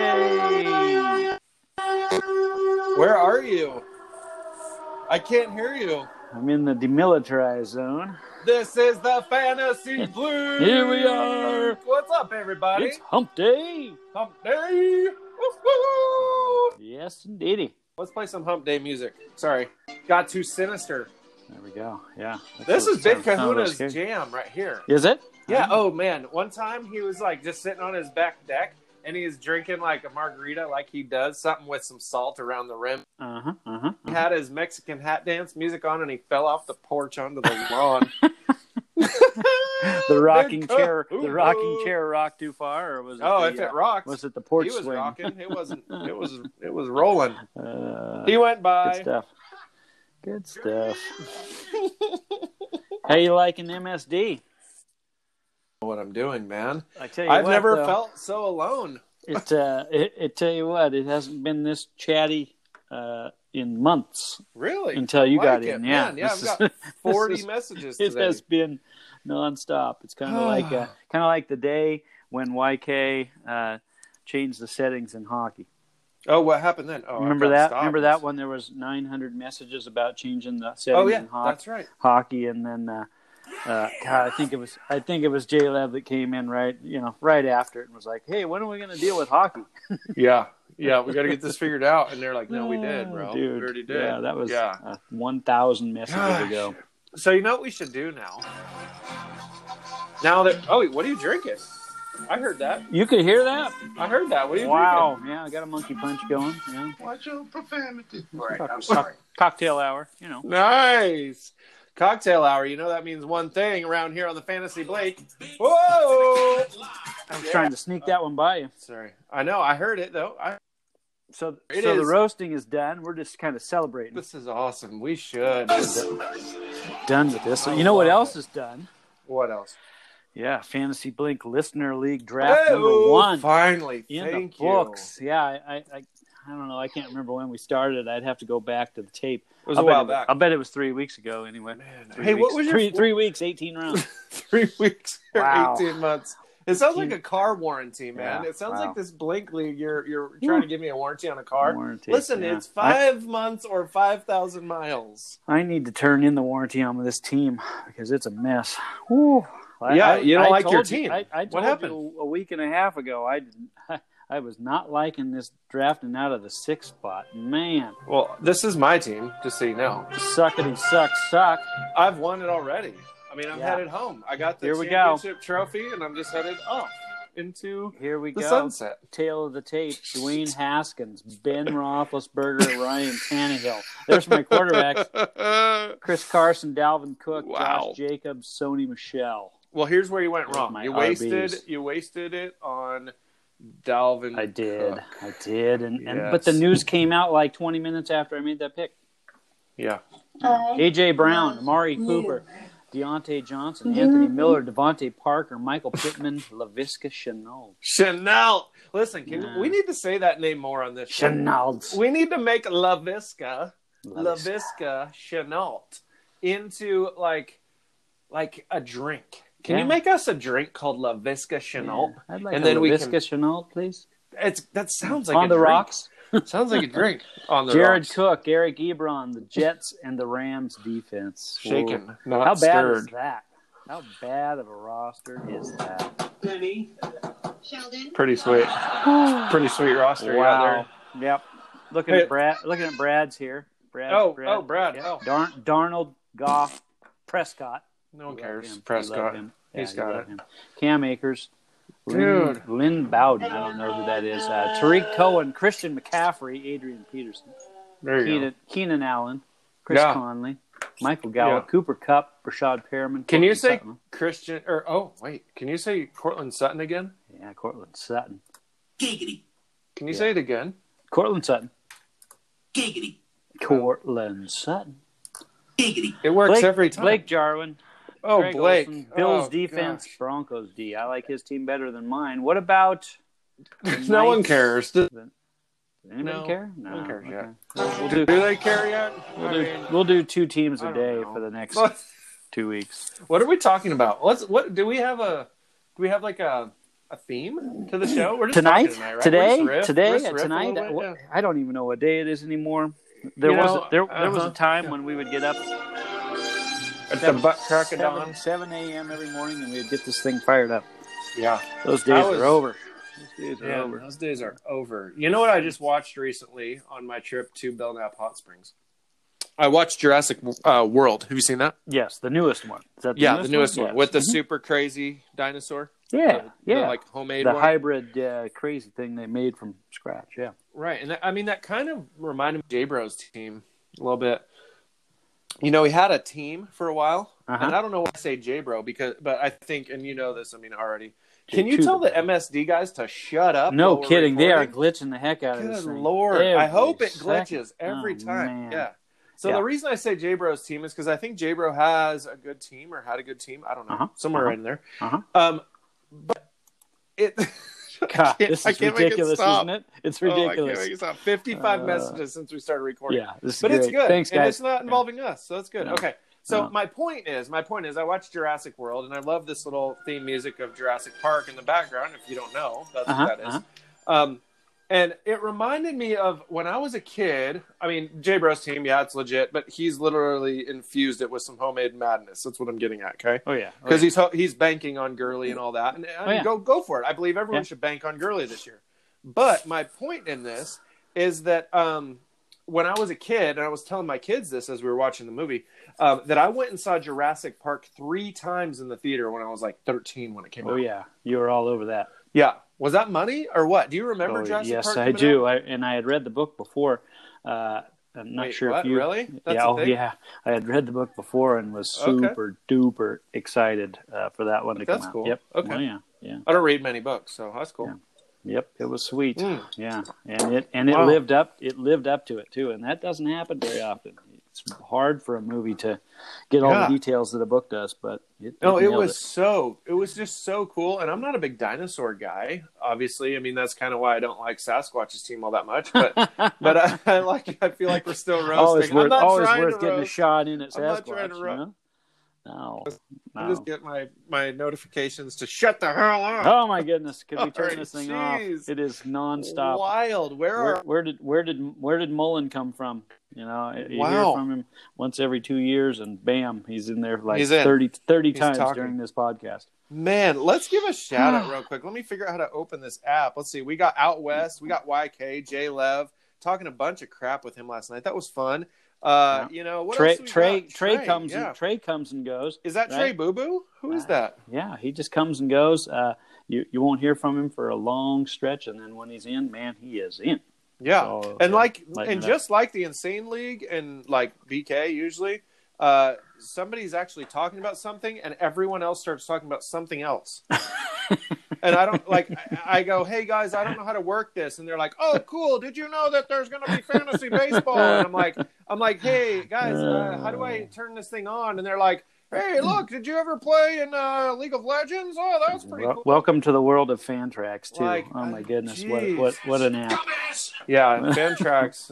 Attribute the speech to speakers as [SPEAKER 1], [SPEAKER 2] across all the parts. [SPEAKER 1] Hey.
[SPEAKER 2] Where are you? I can't hear you.
[SPEAKER 1] I'm in the demilitarized zone.
[SPEAKER 2] This is the Fantasy Blue.
[SPEAKER 1] Here we are.
[SPEAKER 2] What's up, everybody?
[SPEAKER 1] It's hump day.
[SPEAKER 2] hump Day. Woof, woof.
[SPEAKER 1] Yes, indeedy.
[SPEAKER 2] Let's play some Hump Day music. Sorry, got too sinister.
[SPEAKER 1] There we go. Yeah. That
[SPEAKER 2] This
[SPEAKER 1] doesn't
[SPEAKER 2] is Big
[SPEAKER 1] sound- sound real
[SPEAKER 2] Kahuna's
[SPEAKER 1] scary.
[SPEAKER 2] jam right here.
[SPEAKER 1] Is it?
[SPEAKER 2] Yeah. Oh man, one time he was like just sitting on his back deck and he is drinking like a margarita, like he does something with some salt around the rim.
[SPEAKER 1] Uh huh. Uh huh.
[SPEAKER 2] He had his Mexican hat dance music on, and he fell off the porch onto the lawn.
[SPEAKER 1] The rocking chair.
[SPEAKER 2] Ooh.
[SPEAKER 1] The rocking chair rocked too far, or was it?
[SPEAKER 2] Oh,
[SPEAKER 1] the,
[SPEAKER 2] if
[SPEAKER 1] uh,
[SPEAKER 2] it rocks,
[SPEAKER 1] was it the porch
[SPEAKER 2] he was
[SPEAKER 1] swing?
[SPEAKER 2] rocking. It wasn't. It was. It was rolling.
[SPEAKER 1] Uh,
[SPEAKER 2] He went
[SPEAKER 1] good
[SPEAKER 2] by.
[SPEAKER 1] stuff. Good stuff. How you liking MSD?
[SPEAKER 2] What I'm doing, man?
[SPEAKER 1] I tell you
[SPEAKER 2] I've
[SPEAKER 1] what,
[SPEAKER 2] never
[SPEAKER 1] though,
[SPEAKER 2] felt so alone.
[SPEAKER 1] it, uh, it. It tell you what, it hasn't been this chatty uh, in months
[SPEAKER 2] Really?
[SPEAKER 1] until you
[SPEAKER 2] Like
[SPEAKER 1] got
[SPEAKER 2] it,
[SPEAKER 1] in. Yeah,
[SPEAKER 2] man. yeah.
[SPEAKER 1] this
[SPEAKER 2] I've
[SPEAKER 1] is-
[SPEAKER 2] got 40
[SPEAKER 1] this is-
[SPEAKER 2] messages
[SPEAKER 1] it
[SPEAKER 2] today.
[SPEAKER 1] has been nonstop. It's kind of like uh, kind of like the day when YK uh, changed the settings in hockey.
[SPEAKER 2] Oh, what happened then? Oh, I've
[SPEAKER 1] remember
[SPEAKER 2] gotta
[SPEAKER 1] that?
[SPEAKER 2] stop
[SPEAKER 1] Remember
[SPEAKER 2] this.
[SPEAKER 1] that when there was 900 messages about changing the settings
[SPEAKER 2] Oh yeah,
[SPEAKER 1] in hockey?
[SPEAKER 2] that's right.
[SPEAKER 1] hockey, and then uh, uh, God, I think it was I think it was J Lab that came in right you know right after it and was like, hey, when are we going to deal with hockey?
[SPEAKER 2] Yeah, yeah, we got to get this figured out. And they're like, "No, we did, bro.
[SPEAKER 1] Dude,
[SPEAKER 2] we already did."
[SPEAKER 1] Yeah, that was
[SPEAKER 2] yeah.
[SPEAKER 1] uh, 1,000 messages
[SPEAKER 2] Gosh.
[SPEAKER 1] ago.
[SPEAKER 2] So you know what we should do now? Now that oh, wait, what are you drinking? I heard that.
[SPEAKER 1] You could hear that?
[SPEAKER 2] I heard that. What are you
[SPEAKER 1] Wow. Yeah, I got a monkey punch going. Yeah.
[SPEAKER 3] Watch your profanity. All right,
[SPEAKER 1] Cock-
[SPEAKER 3] I'm sorry.
[SPEAKER 1] Cocktail hour, you know.
[SPEAKER 2] drinking? Nice cocktail hour. You know that means one thing around here on the Fantasy Blake. Whoa!
[SPEAKER 1] I was trying to sneak that one by you.
[SPEAKER 2] Sorry, I know. I heard it though. I,
[SPEAKER 1] So,
[SPEAKER 2] It
[SPEAKER 1] so the
[SPEAKER 2] is.
[SPEAKER 1] roasting is done. We're just kind of celebrating.
[SPEAKER 2] this is awesome. We should.
[SPEAKER 1] Done with this. So you know what
[SPEAKER 2] love
[SPEAKER 1] else is done?
[SPEAKER 2] What else?
[SPEAKER 1] Yeah, Fantasy Blink Listener League Draft number
[SPEAKER 2] Hey-oh,
[SPEAKER 1] one.
[SPEAKER 2] Finally,
[SPEAKER 1] in
[SPEAKER 2] oh, thank
[SPEAKER 1] the books. Yeah, I, I, I, I don't know. I can't remember when we started. I'd have to go back to the tape.
[SPEAKER 2] you. It was
[SPEAKER 1] I'll
[SPEAKER 2] a
[SPEAKER 1] bet
[SPEAKER 2] while
[SPEAKER 1] it-
[SPEAKER 2] back.
[SPEAKER 1] I'll bet it was three weeks ago. Anyway.
[SPEAKER 2] Man,
[SPEAKER 1] Three
[SPEAKER 2] hey,
[SPEAKER 1] weeks-
[SPEAKER 2] what was your
[SPEAKER 1] three, three weeks, eighteen rounds?
[SPEAKER 2] three weeks or
[SPEAKER 1] Wow.
[SPEAKER 2] 18 months. It sounds like a car warranty, man.
[SPEAKER 1] Yeah,
[SPEAKER 2] it sounds
[SPEAKER 1] wow.
[SPEAKER 2] like this Blink League. You're you're trying to give me a warranty on a car.
[SPEAKER 1] Warranty,
[SPEAKER 2] Listen,
[SPEAKER 1] yeah.
[SPEAKER 2] it's five months or five thousand miles.
[SPEAKER 1] I, I need to turn in the warranty on this team because it's a mess. Whew. I-
[SPEAKER 2] Yeah,
[SPEAKER 1] I-
[SPEAKER 2] you don't
[SPEAKER 1] I
[SPEAKER 2] like your
[SPEAKER 1] told
[SPEAKER 2] team.
[SPEAKER 1] I, I
[SPEAKER 2] What
[SPEAKER 1] told you
[SPEAKER 2] happened?
[SPEAKER 1] a week and a half ago. I didn't. I, I was not liking this drafting out of the sixth spot. Man,
[SPEAKER 2] Well, this is my team, just so you know.
[SPEAKER 1] suckety suck suck.
[SPEAKER 2] I've won it already. I mean, I'm
[SPEAKER 1] Yeah.
[SPEAKER 2] headed home. I got the
[SPEAKER 1] Here we go.
[SPEAKER 2] championship trophy, and I'm just headed off into
[SPEAKER 1] Here we
[SPEAKER 2] the
[SPEAKER 1] go.
[SPEAKER 2] sunset.
[SPEAKER 1] tail of the tape: Dwayne Haskins, Ben Roethlisberger, Ryan Tannehill. There's my quarterbacks: Chris Carson, Dalvin Cook,
[SPEAKER 2] Wow.
[SPEAKER 1] Josh Jacobs, Sony Michelle.
[SPEAKER 2] well, here's where you went
[SPEAKER 1] There's
[SPEAKER 2] wrong.
[SPEAKER 1] my
[SPEAKER 2] You
[SPEAKER 1] RBs.
[SPEAKER 2] wasted. You wasted it on Dalvin.
[SPEAKER 1] I did,
[SPEAKER 2] Cook.
[SPEAKER 1] I did, and, and but
[SPEAKER 2] Yes.
[SPEAKER 1] the news came out like 20 minutes after I made that pick.
[SPEAKER 2] Yeah.
[SPEAKER 1] AJ Brown, Amari Cooper, Deontay Johnson, Anthony Miller, Devontae Parker, Michael Pittman, Lavisca Chenault.
[SPEAKER 2] Chanel. Listen, can,
[SPEAKER 1] Yeah.
[SPEAKER 2] we need to say that name more on this show.
[SPEAKER 1] Chenault.
[SPEAKER 2] We need to make Lavisca, Lavisca Chenault into like, like a drink. Can
[SPEAKER 1] Yeah.
[SPEAKER 2] you make us a drink called Lavisca Chenault?
[SPEAKER 1] I'd like
[SPEAKER 2] And
[SPEAKER 1] a
[SPEAKER 2] then we
[SPEAKER 1] Lavisca
[SPEAKER 2] can-
[SPEAKER 1] Chenault, please.
[SPEAKER 2] It's that sounds like
[SPEAKER 1] On
[SPEAKER 2] a
[SPEAKER 1] the
[SPEAKER 2] drink.
[SPEAKER 1] rocks.
[SPEAKER 2] Sounds like a drink on the
[SPEAKER 1] Jared
[SPEAKER 2] rocks.
[SPEAKER 1] Cook, Eric Ebron, the Jets, and the Rams defense. Whoa.
[SPEAKER 2] shaken, not
[SPEAKER 1] How bad is
[SPEAKER 2] stirred.
[SPEAKER 1] that? How bad of a roster is that?
[SPEAKER 3] Sheldon.
[SPEAKER 2] Pretty sweet, pretty sweet roster. you got there.
[SPEAKER 1] Yep. Looking
[SPEAKER 2] Hey.
[SPEAKER 1] at Brad. Looking at Brad's here. Brad.
[SPEAKER 2] Oh, oh, Brad.
[SPEAKER 1] Yep.
[SPEAKER 2] Oh.
[SPEAKER 1] Darn, Darnold, Goff, Prescott.
[SPEAKER 2] No one
[SPEAKER 1] We love
[SPEAKER 2] cares.
[SPEAKER 1] him. We love
[SPEAKER 2] Prescott.
[SPEAKER 1] him.
[SPEAKER 2] He's
[SPEAKER 1] we
[SPEAKER 2] got
[SPEAKER 1] love
[SPEAKER 2] it.
[SPEAKER 1] him. Cam Akers.
[SPEAKER 2] Dude.
[SPEAKER 1] Lynn, Lynn Bowden. I don't know who that is. Uh, Tariq Cohen, Christian McCaffrey, Adrian Peterson.
[SPEAKER 2] There you go.
[SPEAKER 1] Keenan, Keenan Allen, Chris
[SPEAKER 2] Yeah.
[SPEAKER 1] Conley, Michael Gallup,
[SPEAKER 2] Yeah.
[SPEAKER 1] Cooper Cup, Rashad Perriman.
[SPEAKER 2] Can you
[SPEAKER 1] Cortland
[SPEAKER 2] say
[SPEAKER 1] Sutton.
[SPEAKER 2] Christian? Or oh, wait. Can you say Cortland Sutton again?
[SPEAKER 1] Yeah, Cortland Sutton.
[SPEAKER 3] Giggity,
[SPEAKER 2] Can you
[SPEAKER 1] Yeah.
[SPEAKER 2] say it again?
[SPEAKER 1] Cortland Sutton.
[SPEAKER 3] giggity,
[SPEAKER 1] Cortland Sutton.
[SPEAKER 3] giggity.
[SPEAKER 2] It works
[SPEAKER 1] Blake,
[SPEAKER 2] every time.
[SPEAKER 1] Blake Jarwin.
[SPEAKER 2] oh,
[SPEAKER 1] Greg
[SPEAKER 2] Blake.
[SPEAKER 1] Olson, Bills
[SPEAKER 2] Oh,
[SPEAKER 1] defense.
[SPEAKER 2] gosh.
[SPEAKER 1] Broncos D. I like his team better than mine. What about? the
[SPEAKER 2] no one
[SPEAKER 1] Knights?
[SPEAKER 2] cares. Do,
[SPEAKER 1] Anybody
[SPEAKER 2] No,
[SPEAKER 1] care?
[SPEAKER 2] no one cares, yeah.
[SPEAKER 1] We'll
[SPEAKER 2] do
[SPEAKER 1] do.
[SPEAKER 2] they care yet?
[SPEAKER 1] We'll
[SPEAKER 2] I
[SPEAKER 1] do,
[SPEAKER 2] mean,
[SPEAKER 1] we'll do two teams
[SPEAKER 2] I
[SPEAKER 1] a
[SPEAKER 2] don't
[SPEAKER 1] day
[SPEAKER 2] know.
[SPEAKER 1] for the next
[SPEAKER 2] what-
[SPEAKER 1] two weeks.
[SPEAKER 2] what are we talking about? Let's. What do we have a? Do we have like a a theme to the show? We're just
[SPEAKER 1] tonight,
[SPEAKER 2] talking tonight right? We're
[SPEAKER 1] today,
[SPEAKER 2] just riff-
[SPEAKER 1] today,
[SPEAKER 2] we're just riff a
[SPEAKER 1] tonight.
[SPEAKER 2] little bit,
[SPEAKER 1] I, I don't even know what day it is anymore. There
[SPEAKER 2] You
[SPEAKER 1] was
[SPEAKER 2] know,
[SPEAKER 1] a, there there was a
[SPEAKER 2] uh-huh.
[SPEAKER 1] time when we would get up
[SPEAKER 2] yeah. At the butt crack of
[SPEAKER 1] seven,
[SPEAKER 2] dawn.
[SPEAKER 1] seven a.m. every morning and we'd get this thing fired up.
[SPEAKER 2] Yeah.
[SPEAKER 1] Those days
[SPEAKER 2] was-
[SPEAKER 1] are over. Those days are
[SPEAKER 2] Man,
[SPEAKER 1] over.
[SPEAKER 2] those days are over. You know what I just watched recently on my trip to Belknap Hot Springs? I watched Jurassic uh, World. Have you seen that?
[SPEAKER 1] Yes, the newest one. Is that the
[SPEAKER 2] yeah,
[SPEAKER 1] newest
[SPEAKER 2] the newest one,
[SPEAKER 1] Yes.
[SPEAKER 2] with the
[SPEAKER 1] Mhm.
[SPEAKER 2] super crazy dinosaur.
[SPEAKER 1] yeah,
[SPEAKER 2] The-
[SPEAKER 1] yeah,
[SPEAKER 2] the, like homemade
[SPEAKER 1] the
[SPEAKER 2] one.
[SPEAKER 1] hybrid uh, crazy thing they made from scratch. Yeah,
[SPEAKER 2] Right, and that, I mean that kind of reminded me of J Bro's team a little bit. You know, he had a team for a while,
[SPEAKER 1] Uh-huh.
[SPEAKER 2] and I don't know why I say J Bro because, but I think, and you know this, I mean already.
[SPEAKER 1] J
[SPEAKER 2] Can you
[SPEAKER 1] Tuber.
[SPEAKER 2] tell the MSD guys to shut up?
[SPEAKER 1] no
[SPEAKER 2] while we're
[SPEAKER 1] kidding. They are
[SPEAKER 2] recording?
[SPEAKER 1] glitching the heck out of this
[SPEAKER 2] Good
[SPEAKER 1] thing.
[SPEAKER 2] lord! I
[SPEAKER 1] Every
[SPEAKER 2] hope it
[SPEAKER 1] second.
[SPEAKER 2] glitches every
[SPEAKER 1] Oh,
[SPEAKER 2] time.
[SPEAKER 1] man.
[SPEAKER 2] Yeah. So
[SPEAKER 1] Yeah.
[SPEAKER 2] the reason I say J Bro's team is because I think J Bro has a good team or had a good team. I don't know,
[SPEAKER 1] Uh-huh.
[SPEAKER 2] somewhere
[SPEAKER 1] Uh-huh.
[SPEAKER 2] in there.
[SPEAKER 1] Uh-huh.
[SPEAKER 2] Um, but it.
[SPEAKER 1] God,
[SPEAKER 2] can't-
[SPEAKER 1] this
[SPEAKER 2] I
[SPEAKER 1] is
[SPEAKER 2] can't make it
[SPEAKER 1] ridiculous,
[SPEAKER 2] stop.
[SPEAKER 1] isn't it? It's
[SPEAKER 2] Oh, I can't
[SPEAKER 1] ridiculous.
[SPEAKER 2] make it stop. Fifty-five
[SPEAKER 1] Uh,
[SPEAKER 2] messages since we started recording.
[SPEAKER 1] yeah, this is
[SPEAKER 2] but it's
[SPEAKER 1] great.
[SPEAKER 2] good.
[SPEAKER 1] Thanks,
[SPEAKER 2] And
[SPEAKER 1] guys.
[SPEAKER 2] it's not involving us, so that's good.
[SPEAKER 1] No.
[SPEAKER 2] Okay. So
[SPEAKER 1] No.
[SPEAKER 2] my point is, my point is, I watched Jurassic World, and I love this little theme music of Jurassic Park in the background. If you don't know, that's
[SPEAKER 1] Uh-huh,
[SPEAKER 2] what that is.
[SPEAKER 1] uh-huh.
[SPEAKER 2] Um, and it reminded me of when I was a kid. I mean, Jay Bros team, yeah, it's legit, but he's literally infused it with some homemade madness. That's what I'm getting at. Okay
[SPEAKER 1] Oh yeah,
[SPEAKER 2] because he's ho- he's banking on Gurley and all that. And, and
[SPEAKER 1] Oh, yeah.
[SPEAKER 2] go go for it. I believe everyone
[SPEAKER 1] Yeah.
[SPEAKER 2] should bank on Gurley this year. But my point in this is that um, when I was a kid, and I was telling my kids this as we were watching the movie, um, that I went and saw Jurassic Park three times in the theater when I was like 13 when it came
[SPEAKER 1] oh
[SPEAKER 2] out.
[SPEAKER 1] yeah, you were all over that.
[SPEAKER 2] Yeah. Was that money or what? Do you remember
[SPEAKER 1] Oh,
[SPEAKER 2] Jurassic
[SPEAKER 1] yes,
[SPEAKER 2] Park?
[SPEAKER 1] I
[SPEAKER 2] coming out?
[SPEAKER 1] do. I, and I had read the book before. Uh, I'm not
[SPEAKER 2] Wait,
[SPEAKER 1] sure
[SPEAKER 2] what?
[SPEAKER 1] if you
[SPEAKER 2] really. That's
[SPEAKER 1] yeah,
[SPEAKER 2] a
[SPEAKER 1] oh,
[SPEAKER 2] thing?
[SPEAKER 1] yeah. I had read the book before and was
[SPEAKER 2] Okay.
[SPEAKER 1] super duper excited uh, for that one to
[SPEAKER 2] That's
[SPEAKER 1] come out.
[SPEAKER 2] cool.
[SPEAKER 1] Yep.
[SPEAKER 2] Okay.
[SPEAKER 1] Oh, yeah. Yeah.
[SPEAKER 2] I don't read many books, so that's cool.
[SPEAKER 1] Yeah. Yep. It was sweet.
[SPEAKER 2] Mm.
[SPEAKER 1] Yeah. And it and it
[SPEAKER 2] Wow.
[SPEAKER 1] lived up. It lived up to it too. And that doesn't happen very often. It's hard for a movie to get all
[SPEAKER 2] Yeah.
[SPEAKER 1] the details that a book does, but it,
[SPEAKER 2] No, it
[SPEAKER 1] nailed
[SPEAKER 2] was so. It was just so cool. And I'm not a big dinosaur guy, obviously. I mean, that's kind of why I don't like Sasquatch's team all that much. But but I, I like. I feel like we're still roasting.
[SPEAKER 1] always
[SPEAKER 2] I'm
[SPEAKER 1] worth
[SPEAKER 2] not
[SPEAKER 1] always
[SPEAKER 2] trying
[SPEAKER 1] worth
[SPEAKER 2] to
[SPEAKER 1] getting
[SPEAKER 2] roast.
[SPEAKER 1] a shot in at
[SPEAKER 2] I'm not
[SPEAKER 1] Sasquatch.
[SPEAKER 2] trying to
[SPEAKER 1] You
[SPEAKER 2] ro-
[SPEAKER 1] know? No.
[SPEAKER 2] I
[SPEAKER 1] No.
[SPEAKER 2] just get my my notifications to shut the hell up.
[SPEAKER 1] Oh my goodness! Could we turn
[SPEAKER 2] Sorry,
[SPEAKER 1] this thing
[SPEAKER 2] jeez.
[SPEAKER 1] off? It is nonstop.
[SPEAKER 2] Wild. Where
[SPEAKER 1] where,
[SPEAKER 2] are?
[SPEAKER 1] where did where did where did Mullen come from? You know, you
[SPEAKER 2] Wow.
[SPEAKER 1] hear from him once every two years, and bam, he's in there like
[SPEAKER 2] He's in.
[SPEAKER 1] 30, 30
[SPEAKER 2] He's
[SPEAKER 1] times
[SPEAKER 2] talking.
[SPEAKER 1] during this podcast.
[SPEAKER 2] Man, let's give a shout out real quick. Let me figure out how to open this app. Let's see. We got Out West. We got YK J Lev talking a bunch of crap with him last night. That was fun. Uh, You know what?
[SPEAKER 1] Trey
[SPEAKER 2] else do we
[SPEAKER 1] Trey,
[SPEAKER 2] got?
[SPEAKER 1] Trey comes
[SPEAKER 2] yeah.
[SPEAKER 1] and Trey comes and goes.
[SPEAKER 2] Is that Trey
[SPEAKER 1] right?
[SPEAKER 2] Boo Boo? Who is
[SPEAKER 1] Right.
[SPEAKER 2] that?
[SPEAKER 1] Yeah, he just comes and goes. Uh, you you won't hear from him for a long stretch, and then when he's in, man, he is in.
[SPEAKER 2] Yeah.
[SPEAKER 1] So,
[SPEAKER 2] and
[SPEAKER 1] yeah,
[SPEAKER 2] like
[SPEAKER 1] lighten
[SPEAKER 2] and
[SPEAKER 1] it up.
[SPEAKER 2] just like the Insane League and like BK usually, uh somebody's actually talking about something and everyone else starts talking about something else. and I don't like I, I go, "Hey guys, I don't know how to work this." And they're like, "Oh, cool. Did you know that there's going to be fantasy baseball?" And I'm like I'm like, "Hey guys, uh, how do I turn this thing on?" And they're like, "Hey, look, did you ever play in uh, League of Legends? Oh, that's pretty
[SPEAKER 1] Wel-
[SPEAKER 2] cool."
[SPEAKER 1] welcome to the world of fan tracks too.
[SPEAKER 2] Like,
[SPEAKER 1] oh
[SPEAKER 2] uh,
[SPEAKER 1] my goodness,
[SPEAKER 2] geez.
[SPEAKER 1] what what what an app!
[SPEAKER 2] Yeah, and Fantrax.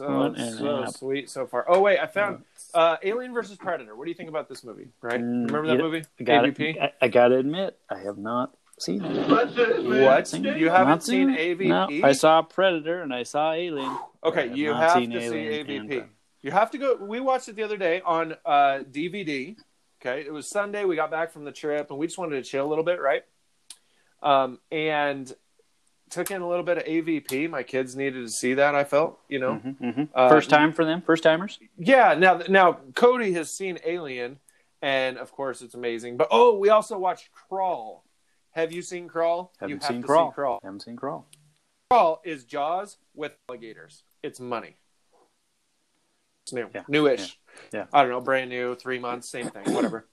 [SPEAKER 2] Oh,
[SPEAKER 1] What
[SPEAKER 2] it's
[SPEAKER 1] an
[SPEAKER 2] so
[SPEAKER 1] app.
[SPEAKER 2] sweet so far. Oh wait, I found uh, Alien versus Predator. What do you think about this movie? Right?
[SPEAKER 1] Mm,
[SPEAKER 2] Remember that
[SPEAKER 1] yeah,
[SPEAKER 2] movie?
[SPEAKER 1] I gotta-
[SPEAKER 2] AVP.
[SPEAKER 1] I, I gotta admit, I have not seen it.
[SPEAKER 2] What?
[SPEAKER 1] Seen it?
[SPEAKER 2] You haven't
[SPEAKER 1] Not
[SPEAKER 2] seen
[SPEAKER 1] it?
[SPEAKER 2] AVP?
[SPEAKER 1] No, I saw Predator and I saw Alien. I
[SPEAKER 2] Okay,
[SPEAKER 1] have
[SPEAKER 2] you
[SPEAKER 1] not
[SPEAKER 2] have to
[SPEAKER 1] seen
[SPEAKER 2] see
[SPEAKER 1] Alien and
[SPEAKER 2] AVP.
[SPEAKER 1] Predator.
[SPEAKER 2] You have to go. We watched it the other day on uh, DVD. Okay, it was Sunday. We got back from the trip and we just wanted to chill a little bit, right? Um, and took in a little bit of AVP. My kids needed to see that. I felt, you know,
[SPEAKER 1] Mhm, mhm.
[SPEAKER 2] Uh,
[SPEAKER 1] First time for them, first timers.
[SPEAKER 2] Yeah, now now Cody has seen Alien, and of course it's amazing. But oh, we also watched Crawl. Have you seen Crawl?
[SPEAKER 1] Haven't
[SPEAKER 2] you have
[SPEAKER 1] seen
[SPEAKER 2] to
[SPEAKER 1] Crawl.
[SPEAKER 2] see Crawl.
[SPEAKER 1] Haven't seen Crawl.
[SPEAKER 2] Crawl is Jaws with alligators. It's money. It's new,
[SPEAKER 1] Yeah,
[SPEAKER 2] newish.
[SPEAKER 1] yeah, yeah.
[SPEAKER 2] I don't know, brand new, three months, same thing, whatever.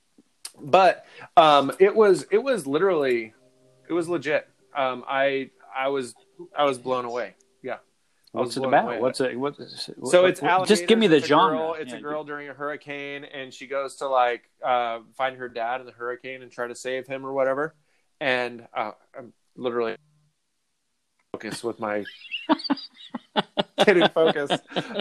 [SPEAKER 2] But um, it was it was literally it was legit. Um, I I was I was blown away. Yeah. I was
[SPEAKER 1] What's it
[SPEAKER 2] blown
[SPEAKER 1] about?
[SPEAKER 2] away.
[SPEAKER 1] What's it? What, what-
[SPEAKER 2] So it's
[SPEAKER 1] what- just
[SPEAKER 2] alligators,
[SPEAKER 1] give me the
[SPEAKER 2] it's a
[SPEAKER 1] genre.
[SPEAKER 2] girl- it's
[SPEAKER 1] Yeah.
[SPEAKER 2] a girl during a hurricane, and she goes to like uh, find her dad in the hurricane and try to save him or whatever. And uh, I'm literally focused with my kidding focus.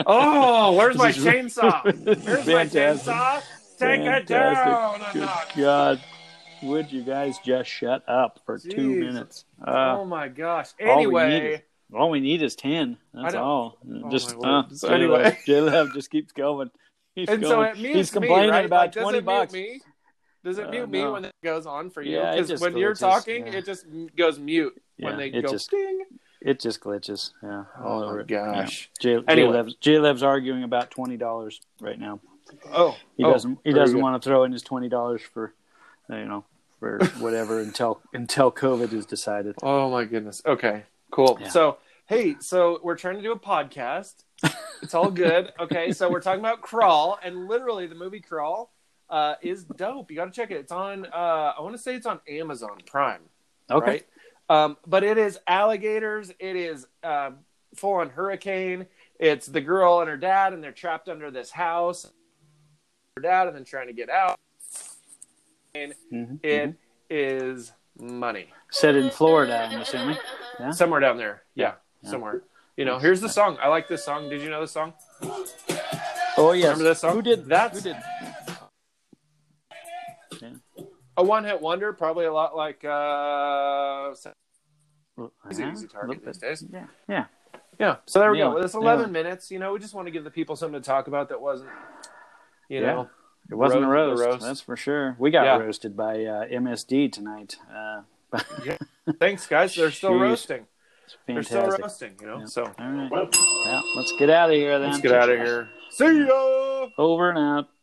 [SPEAKER 2] Oh, where's my
[SPEAKER 1] This is-
[SPEAKER 2] chainsaw? Where's my
[SPEAKER 1] Fantastic.
[SPEAKER 2] chainsaw? Take it
[SPEAKER 1] Fantastic.
[SPEAKER 2] down. a
[SPEAKER 1] Good
[SPEAKER 2] notch.
[SPEAKER 1] God. would you guys just shut up for two
[SPEAKER 2] Jeez.
[SPEAKER 1] minutes? Uh,
[SPEAKER 2] oh my gosh.
[SPEAKER 1] all we
[SPEAKER 2] Anyway,
[SPEAKER 1] needed. all we need is ten. That's
[SPEAKER 2] I know.
[SPEAKER 1] all.
[SPEAKER 2] my
[SPEAKER 1] just uh,
[SPEAKER 2] word. So
[SPEAKER 1] J-Lo-
[SPEAKER 2] anyway.
[SPEAKER 1] J-Lo just keeps going. He's
[SPEAKER 2] and
[SPEAKER 1] going.
[SPEAKER 2] so it mutes
[SPEAKER 1] He's
[SPEAKER 2] me,
[SPEAKER 1] complaining
[SPEAKER 2] right?
[SPEAKER 1] about
[SPEAKER 2] Like, does
[SPEAKER 1] twenty
[SPEAKER 2] it mute
[SPEAKER 1] bucks.
[SPEAKER 2] me? Does it
[SPEAKER 1] Uh,
[SPEAKER 2] mute me
[SPEAKER 1] no.
[SPEAKER 2] when it goes on for you?
[SPEAKER 1] Yeah, it
[SPEAKER 2] 'Cause
[SPEAKER 1] just
[SPEAKER 2] when you're
[SPEAKER 1] glitches,
[SPEAKER 2] talking,
[SPEAKER 1] yeah.
[SPEAKER 2] it just m- goes mute
[SPEAKER 1] Yeah,
[SPEAKER 2] when they
[SPEAKER 1] it
[SPEAKER 2] go
[SPEAKER 1] just
[SPEAKER 2] ding.
[SPEAKER 1] it just glitches. Yeah, all
[SPEAKER 2] oh
[SPEAKER 1] over
[SPEAKER 2] my
[SPEAKER 1] it. Yeah.
[SPEAKER 2] gosh.
[SPEAKER 1] J-
[SPEAKER 2] Anyway.
[SPEAKER 1] J-Lev's, J-Lev's arguing about twenty dollars right now.
[SPEAKER 2] Oh,
[SPEAKER 1] He
[SPEAKER 2] oh,
[SPEAKER 1] doesn't. He
[SPEAKER 2] very
[SPEAKER 1] doesn't
[SPEAKER 2] good.
[SPEAKER 1] want to throw in his twenty dollars for, you know, for whatever until until COVID is decided.
[SPEAKER 2] Oh my goodness. Okay. Cool.
[SPEAKER 1] Yeah.
[SPEAKER 2] So hey, so we're trying to do a podcast. It's all good. okay. So we're talking about Crawl, and literally the movie Crawl uh, is dope. You got to check it. It's on. Uh, I want to say it's on Amazon Prime.
[SPEAKER 1] Okay.
[SPEAKER 2] right? Um, but it is alligators. It is um full on hurricane. It's the girl and her dad, and they're trapped under this house. Her dad, and then trying to get out.
[SPEAKER 1] Mhm, mhm.
[SPEAKER 2] It is money
[SPEAKER 1] Set in Florida, I'm assuming. Yeah.
[SPEAKER 2] somewhere down there. Yeah,
[SPEAKER 1] Yeah.
[SPEAKER 2] somewhere. You know, here's the song. I like this song. Did you know this song?
[SPEAKER 1] Oh yes.
[SPEAKER 2] Remember that song?
[SPEAKER 1] Who did that?
[SPEAKER 2] That's-
[SPEAKER 1] Who did?
[SPEAKER 2] A one hit wonder, probably a lot like uh, he's an
[SPEAKER 1] Yeah,
[SPEAKER 2] easy
[SPEAKER 1] a Uh-huh. little
[SPEAKER 2] target these
[SPEAKER 1] bit.
[SPEAKER 2] days.
[SPEAKER 1] Yeah. Yeah.
[SPEAKER 2] Yeah. So there we
[SPEAKER 1] Yeah,
[SPEAKER 2] go. That's
[SPEAKER 1] yeah.
[SPEAKER 2] 11 minutes. You know, we just want to give the people something to talk about that wasn't, you
[SPEAKER 1] Yeah.
[SPEAKER 2] know,
[SPEAKER 1] It wasn't a
[SPEAKER 2] Roast-
[SPEAKER 1] roast,
[SPEAKER 2] the roast.
[SPEAKER 1] That's for sure. We got
[SPEAKER 2] Yeah.
[SPEAKER 1] roasted by uh, MSD tonight. Uh,
[SPEAKER 2] thanks guys. They're still
[SPEAKER 1] Jeez.
[SPEAKER 2] roasting.
[SPEAKER 1] it's
[SPEAKER 2] They're still
[SPEAKER 1] fantastic.
[SPEAKER 2] roasting, you know.
[SPEAKER 1] Yeah.
[SPEAKER 2] So
[SPEAKER 1] All right. Yeah. Let's get out of here then.
[SPEAKER 2] let's get out of here. See ya.
[SPEAKER 1] Over and out.